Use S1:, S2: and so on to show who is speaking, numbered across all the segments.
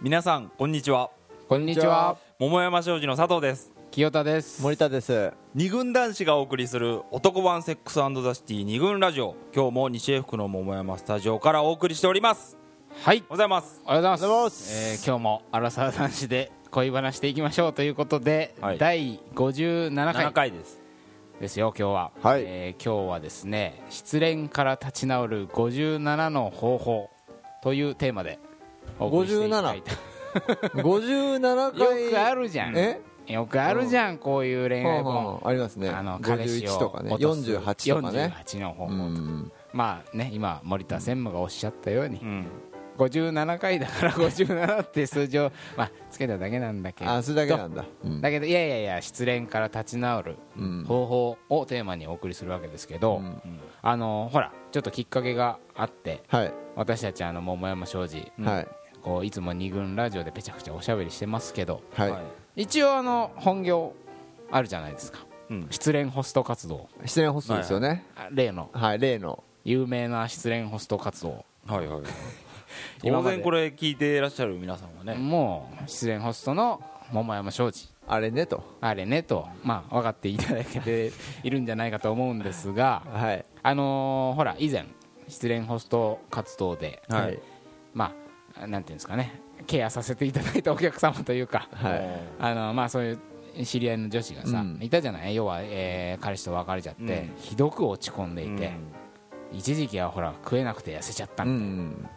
S1: 皆さんこんにちは
S2: こんにちは
S1: 桃山商事の佐藤です
S2: 清田です
S3: 森田です
S1: 二軍男子がお送りする男版セックスザシティ二軍ラジオ今日も西江福の桃山スタジオからお送りしております
S2: はい
S1: おはようございます
S2: おはようござい
S3: おはよう
S2: ま
S3: ございますす
S2: えー今日も荒沢男子で恋話していきましょうということで、
S1: はい
S2: 第57
S1: 7
S2: 回
S1: 回です
S2: ですよ今日は、
S3: はい
S2: えー今日はですね失恋から立ち直る57の方法というテーマでお送りしていきたいと
S3: 57回
S2: よくあるじゃん
S3: え
S2: よくあるじゃん、こういう恋愛本、
S3: ありますね
S2: あの彼氏
S3: 51
S2: を
S3: とかね
S2: 落とす
S3: 48とかね
S2: 48の方法
S3: う
S2: と、
S3: ん
S2: まあね今森田専務がおっしゃったように
S1: うん
S2: 57回だから57って数字を、まあ、つけただけなんだけど
S3: あそれだけなんだうん
S2: だけどいやいやいや失恋から立ち直る
S3: うん
S2: 方法をテーマにお送りするわけですけど、
S3: うん
S2: あのほらちょっときっかけがあって
S3: はい
S2: 私たちあの桃山商事
S3: はい
S2: こういつも二軍ラジオでぺちゃくちゃおしゃべりしてますけど
S3: はい
S2: 一応あの本業あるじゃないですか
S1: うん
S2: 失恋ホスト活動
S3: 失恋ホストですよね
S2: あ例の
S3: はい例の
S2: 有名な失恋ホスト活動
S1: はいはい
S2: 今
S1: 当
S2: まで
S1: 然これ聞いていらっしゃる皆さんはね
S2: もう失恋ホストの桃山商事
S3: あれねと
S2: あれねと、まあ、分かっていただけているんじゃないかと思うんですが、
S3: はい
S2: あのーほら以前失恋ホスト活動で、
S1: はい
S2: まあなんていうんですかねケアさせていただいたお客様というか、
S3: はい
S2: あのまあそういう知り合いの女子がさ、
S3: うん
S2: いたじゃない要は、えー彼氏と別れちゃって、
S1: うん
S2: ひどく落ち込んでいて、一時期はほら食えなくて痩せちゃった
S3: う
S2: みたいな、
S3: ん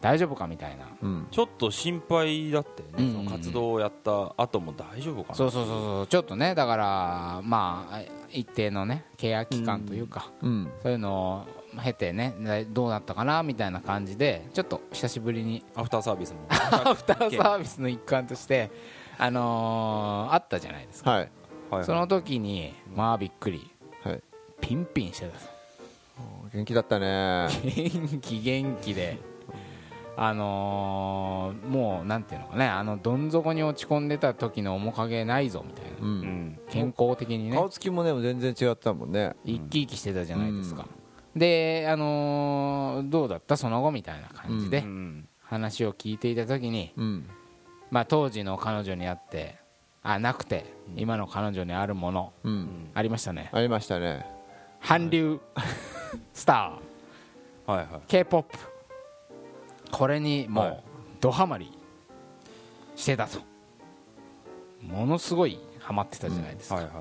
S2: 大丈夫かみたいな
S3: うん
S1: ちょっと心配だってねそ
S2: うんうんうん
S1: の活動をやった後も大丈夫かな
S2: そうそうそうそうちょっとねだからまあ一定のねケア期間というか、
S3: うん
S2: そういうのを経てねなどうなったかなみたいな感じでちょっと久しぶり に
S1: アフターサービ スも
S2: アフターサービスの一環として、あのーあったじゃないですか、
S3: はい
S1: はい
S2: その時にまあびっくり
S3: はい
S2: ピンピンしてたんです
S3: 元気だったね
S2: 元気元気であのーもうなんていうのかねあのどん底に落ち込んでた時の面影ないぞみたいな
S3: う
S1: うんん
S2: 健康的にね
S3: 顔つきもね全然違ったもんね
S2: 生き生きしてたじゃないですか、で、あのーどうだったその後みたいな感じ
S1: う
S2: で
S1: ん
S2: 話を聞いていた時に、
S3: うん
S2: まあ、当時の彼女にあってあなくて今の彼女にあるもの
S3: うん
S2: ありましたね
S3: ありましたね
S2: 韓流スター
S1: はいはい
S2: k p o p これにも
S1: は
S2: う
S1: い
S2: ドハマりしてたとものすごいハマってたじゃないですか、
S1: はいはい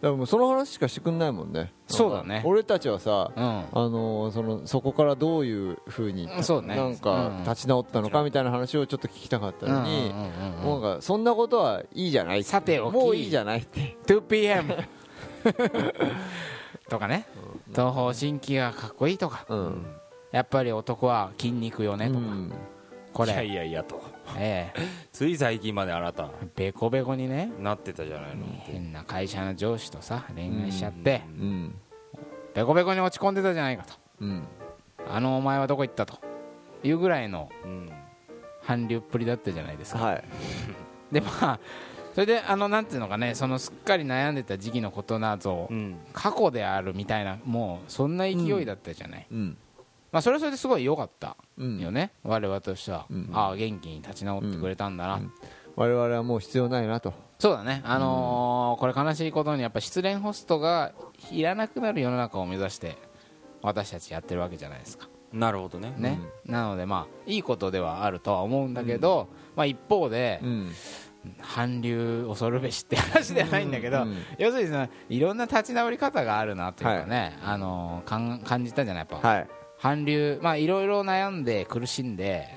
S3: でもその話しかしてくんないもんね
S2: そうだね
S3: 俺たちはさ
S2: うん
S3: あのーそのそこからどういうふうに
S2: うんそうね
S3: なん
S2: う
S3: か
S2: ん
S3: 立ち直ったのかみたいな話をちょっと聞きたかったのに
S2: うんうんうんうん
S3: もうなんかそんなことはいいじゃない
S2: さておき
S3: もういいじゃないって
S2: 2PM とかね東方神起がかっこいいとか
S3: うん
S2: やっぱり男は筋肉よねとか、
S3: うん
S2: これ
S1: いやいやいやと
S2: ええ
S1: つい最近まであなた
S2: ベコベコにね
S1: なってたじゃないの
S2: 変な会社の上司とさ恋愛しちゃって
S3: うん
S2: ベコベコに落ち込んでたじゃないかと
S3: うん
S2: あのお前はどこ行ったというぐらいの
S1: うん
S2: 韓流っぷりだったじゃないですか
S3: はい
S2: でまあそれであのなんていうのかねそのすっかり悩んでた時期のことなど
S1: うん
S2: 過去であるみたいなもうそんな勢いだったじゃない、
S3: うん
S2: まあそれはそれですごい良かった
S3: うん
S2: よね、我々としては、
S3: うん
S2: ああ元気に立ち直ってくれたんだな、
S3: 我々はもう必要ないなと
S2: そうだねあのーこれ悲しいことにやっぱ失恋ホストがいらなくなる世の中を目指して私たちやってるわけじゃないですか
S1: なるほどね
S2: ね、なのでまあいいことではあるとは思うんだけど、まあ一方で、
S3: うん
S2: 韓流恐るべしって話ではないんだけど、
S3: うん
S2: 要するにそのいろんな立ち直り方があるなというかね、あのかん感じたんじゃないやっぱ、
S3: はい
S2: 韓流まあいろいろ悩んで苦しんで、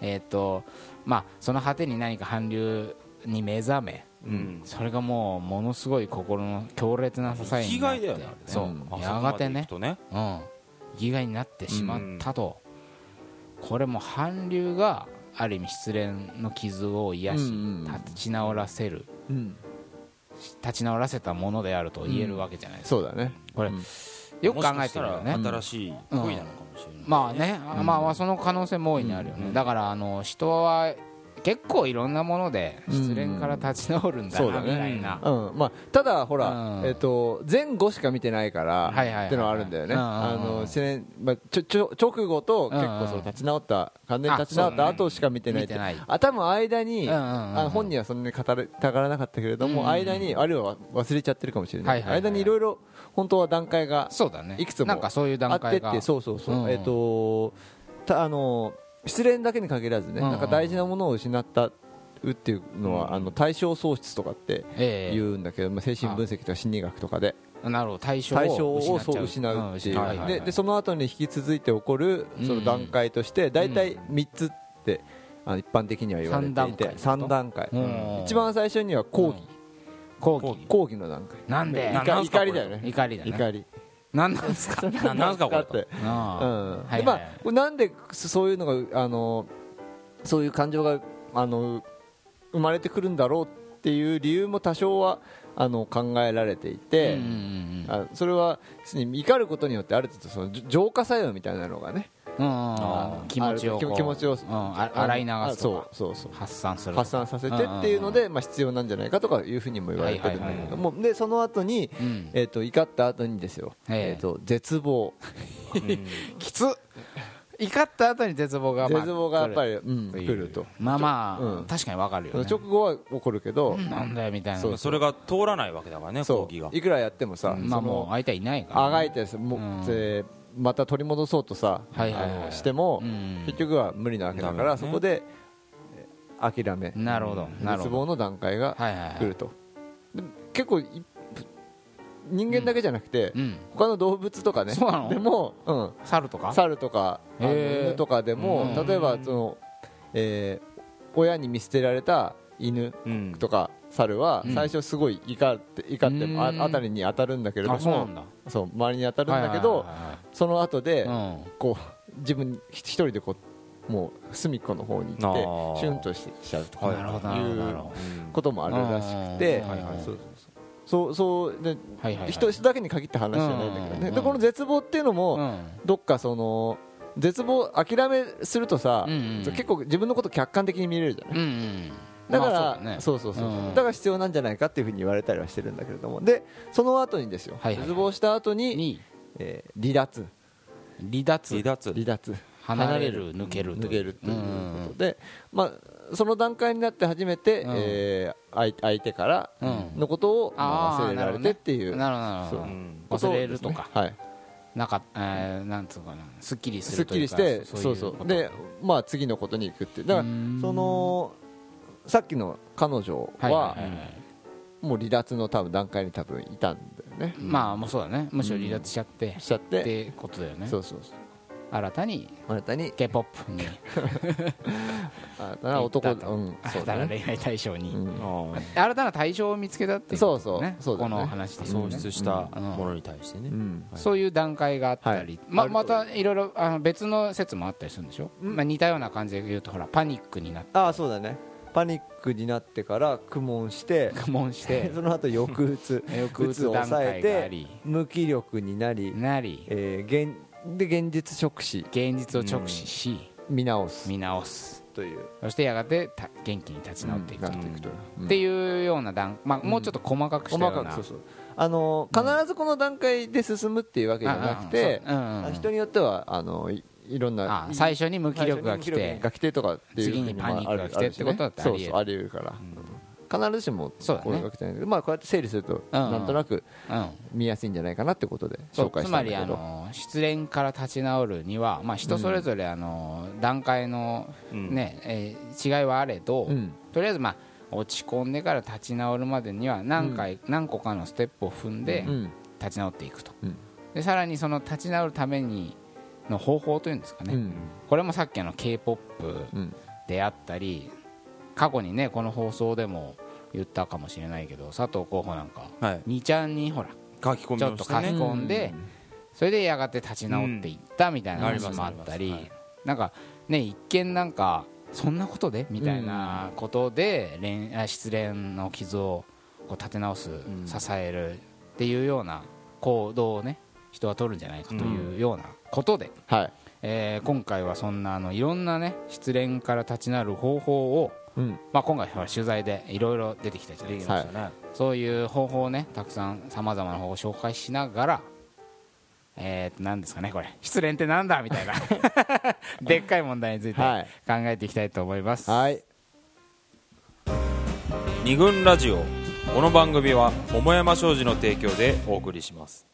S2: えっ、とまあその果てに何か韓流に目覚め
S1: うん
S2: それがもうものすごい心の強烈な支えになって
S1: 生きがいだよねあれね
S2: そう、
S3: うん
S1: あ
S2: やがてね
S1: そこまで行く
S2: うん、生きがいになってしまったと、これも韓流がある意味失恋の傷を癒し、
S3: うんうんうん
S2: 立ち直らせる
S3: うん
S2: 立ち直らせたものであると言えるわけじゃないですか、
S3: そうだね
S2: これ、
S3: うん
S1: とね
S2: よく考えてるよ
S1: もしか
S2: ね
S1: したら新しい恋なのかもしれない
S2: まあね、あまあまあその可能性も大いにあるよね、だからあの人は結構いろんなもので失恋から立ち直るんだ
S3: うん
S2: なみたいな、
S3: うんまあ、ただ、ほら、
S2: うん
S3: えっと前後しか見てないか
S2: は
S3: ら
S2: いはいはい
S3: ってのはあるんだよね、
S2: うんうんうん
S3: あの失恋まあ、ちょちょ直後と結構その立ち直った完全に立ち直った
S2: あそうね
S3: 後しか見てないって
S2: 見てない
S3: あ多分間に、
S2: うんうんうんうん
S3: あの本人はそんなに語れたがらなかったけれども、
S2: うんうんうん
S3: 間にあるいは忘れちゃってるかもしれない,、
S2: はいはいはい
S3: 間にいろいろ本当は段階が
S2: そうだね
S3: いくつも
S2: なんかそういう
S3: あ
S2: 段
S3: って
S2: 階
S3: っ
S2: が
S3: てそうそうそう、
S2: うんうん
S3: えっとたあの失恋だけに限らず
S2: う
S3: ね、
S2: んうん
S3: なんか大事なものを失ったっていうのは、あの対象喪失とかって
S2: ええ
S3: 言うんだけど、まあ、精神分析とか心理学とかで
S2: なるほど対象
S3: 対象
S2: を
S3: を
S2: 失っち
S3: そ
S2: ゃ
S3: う
S2: う
S3: 失うっていう、
S2: ん失はいはいはい
S3: ででその後に引き続いて起こる
S2: うん
S3: その段階として大体3つってあの一般的には言われていて
S2: 三
S3: 3段階
S2: うん
S3: 一番最初には抗議、
S2: 抗
S1: 抗
S2: 議
S3: 抗議の段階
S2: なんで
S1: な
S3: 怒
S1: んすか
S3: 怒りだよね
S2: 怒りだね
S3: 怒り
S2: なんなんです か
S1: ななんすかこれ
S3: だってう
S2: あ
S3: ん
S2: はいはい
S3: でまあこれなんでそそういうのがあのそういう感情があの生まれてくるんだろうっていう理由も多少はあの考えられてい
S2: あうん
S3: て、
S2: うんうん
S3: あそれは別に怒ることによってある程度そのじょ浄化作用みたいなのがね
S2: うんうんうん気持ちを
S3: ある
S2: こう
S3: 気持ち
S2: う
S3: を、
S2: んあ洗い流
S3: あ
S2: すと
S3: そう
S2: か
S3: そうそう
S2: 発散すると
S3: 発
S2: か
S3: 散させてっていうので、まあ、必要なんじゃないかとかいうふうにも言われてるんだ
S2: はい
S3: け
S2: はいはい
S3: ども、でその後に、
S2: うん
S3: えっと怒った後にですよ、
S2: ええ
S3: えっと絶望
S2: きつ怒った後に絶望がまあ
S3: 絶望がやっぱり、うん、
S2: 来る
S3: 来ると
S2: まあまあ、
S3: うん
S2: 確かにわかるよ、ね、
S3: 直後は起こるけど、
S2: なんだよみたいな
S3: そう
S1: それが通らないわけだからね講
S3: そう
S1: 義が
S3: いくらやっても
S2: ま
S3: さ、
S2: あ
S3: その
S2: もう相手はいないから、
S3: あがいてさもう
S2: うん
S3: でまた取り戻そうとさ、
S2: はいはいはい
S3: あのしても、
S2: うん
S3: 結局は無理なわけだ
S1: ダ
S3: か
S1: メだ
S3: ら、
S1: ね
S3: そこでえ諦め
S2: なるほどなる
S3: 絶
S2: ほど
S3: 望の段階が
S2: はいはいはい
S3: 来ると、で結構い人間だけじゃなくて、
S2: うん
S3: 他の動物とかね
S2: そうなの
S3: でも、うん、
S2: 猿とか
S3: 猿とかあの
S2: へー
S3: 犬とかでも、
S2: うん
S3: 例えばその、えー親に見捨てられた犬
S1: うん
S3: とか猿は
S2: うん
S3: 最初すごい怒って怒ってもあ
S2: うん
S3: 辺りに当たるんだけれど
S2: あそうな
S3: も
S2: んだ
S3: そう周りに当たるんだけ
S2: はい
S3: ど
S2: はいはいはい
S3: その後で
S2: うん
S3: こう自分一人でこうもう隅っこの方に
S1: あ
S3: 行っ
S1: ー
S3: てシュンとしちゃうとか
S2: なるほどなるほどなるほど
S1: うん
S3: こともあるらしくて
S2: うんはいはい
S3: そうそうそうそうで
S2: はいはいはい
S3: 人人だけに限った話じゃないんだけど
S2: う
S3: ね
S2: ん
S3: でこの絶望っていうの
S2: う
S3: も
S2: ん
S3: どっかその絶望諦めするとさ
S2: うんうん
S3: 結構自分のこと客観的に見れるじゃない
S2: うんうん
S3: だか
S2: まあそうだ
S3: ら
S2: ね
S3: そうそうそう
S2: うん
S3: だから必要なんじゃないかっていうふうに言われたりはしてるんだけれどもでその後にですよ
S2: はいはいはい
S3: 絶望した後に
S2: に
S3: えー離脱
S2: 離脱
S1: 離脱
S3: 離脱
S2: 離れる抜けると
S3: 抜けるということで、まあ、その段階になって初めて、
S2: うん
S3: えー相相手から
S2: うん
S3: のことを、ま
S2: あ
S3: あ
S2: ー
S3: 忘れられてっていう、
S2: なるほどなるほ
S3: そう
S2: ど
S1: うん
S3: こと
S2: 忘
S3: を
S2: れるとか
S3: ですねはい、
S2: なんか、えー、なんつうのかなすっきりす
S3: すっ
S2: ると
S3: き
S2: い
S3: り
S2: う
S3: し
S2: か
S3: てそうそう
S2: いこと
S3: で、まあ、次のことに行くってだから
S2: うーん
S3: そのさっきの彼女は、
S2: はいはいはいはい
S3: もう離脱の多分段階に多分いたんだよね、
S2: まあもうそうだねむしろ離脱しちゃって、
S3: しちゃっ、
S2: っててことだよね
S3: そうそうそう
S2: 新たに
S3: 新たに
S2: k p o p に
S3: 新たな男、
S2: 行っ
S3: う
S2: たと
S3: ん、そ
S2: 新
S3: う
S2: た
S3: だ
S2: な
S3: ね、
S2: 恋愛対象に、
S3: うん
S1: ああ
S2: 新たな対象を見つけたっていうことだね
S3: そうそうそうだ
S2: こ
S3: ね
S2: の話で、ね、
S1: 喪失したものに対してね
S3: うん
S2: そういう段階があったり、
S3: はい
S2: ま
S3: ある
S2: またいろいろあの別の説もあったりするんでしょ、まあ、似たような感じで言うとほらパニックになって
S3: ああそうだねパニックになってから苦悶して
S2: 苦悶して
S3: その後抑う つ
S2: 抑うつ段階があり
S3: 無気力になり、
S2: なり
S3: えー現で現実直視
S2: 現実を直視し、
S3: 見直す
S2: 見直す
S3: という
S2: そしてやがてた元気に立ち直っていく、
S3: な
S2: っ
S3: っていくという、うん
S2: ていうような段、まあ、もうちょっと細かくしたよ
S3: 細
S2: うな、
S3: かくそうそうあのー必ずこの段階で進むっていうわけじゃなくて
S2: ああああそううんうん
S3: あ人によってはあのいいろん
S2: あ
S3: な
S2: 最初に無気力が来
S3: 最初に無気
S2: て
S3: が来てとかっていう
S2: 次に
S3: ふうも
S2: パニックが来て
S3: あるしね
S2: ってことだってありえる
S3: そうそうあり得るから、必ずしも
S2: そうだね
S3: こういうわけじゃないけど、まあ、こうやって整理すると
S2: うんうん
S3: なんとなく
S2: うん
S3: 見やすいんじゃないかなってことで
S2: そ
S3: 紹
S2: う
S3: 介
S2: つ
S3: した
S2: ま
S3: んだ
S2: り
S3: け
S2: あ
S3: ど
S2: の失恋から立ち直るには、まあ、人それぞれあの段階の、
S1: うん
S2: ねえー違いはあれど、
S3: うん
S2: とりあえず、まあ、落ち込んでから立ち直るまでには何回、何個かのステップを踏んで
S3: うん
S2: 立ち直っていくと、
S3: うん
S2: でさらにその立ち直るためにの方法というんですかね、
S3: うん
S2: これもさっきの k p o p
S3: うん
S2: であったり過去にねこの放送でも言ったかもしれないけど佐藤候補なんか
S1: はい
S2: 2ちゃんにほら
S1: 書き込み
S2: ちょっ
S1: を
S2: と
S1: し
S2: 書き
S1: てね
S2: 込んで、それでやがて立ち直っていったみたいな話
S1: うん
S2: もあった
S1: あ
S2: り、
S1: りますありま
S2: なんかね一見なんかそんなことでみたいなことで恋あ失恋の傷をこう立て直す、
S1: ん
S2: 支えるっていうような行動をね人は取るんじゃないかというようなことで、
S3: はい
S2: えー今回はそんなあのいろんなね失恋から立ち直る方法を
S3: うん
S2: まあ、今回ほら取材でいろいろ出てきたじゃない
S4: で
S2: です
S4: き
S2: か、
S4: ましたね、
S2: そういう方法をねたくさんさまざまな方法を紹介しながらえー、と何ですかねこれ失恋ってなんだみたいな でっかい問題について
S3: はい
S2: 考えていきたいと思います、
S3: はい
S1: 二軍ラジオこの番組は桃山商事の提供でお送りします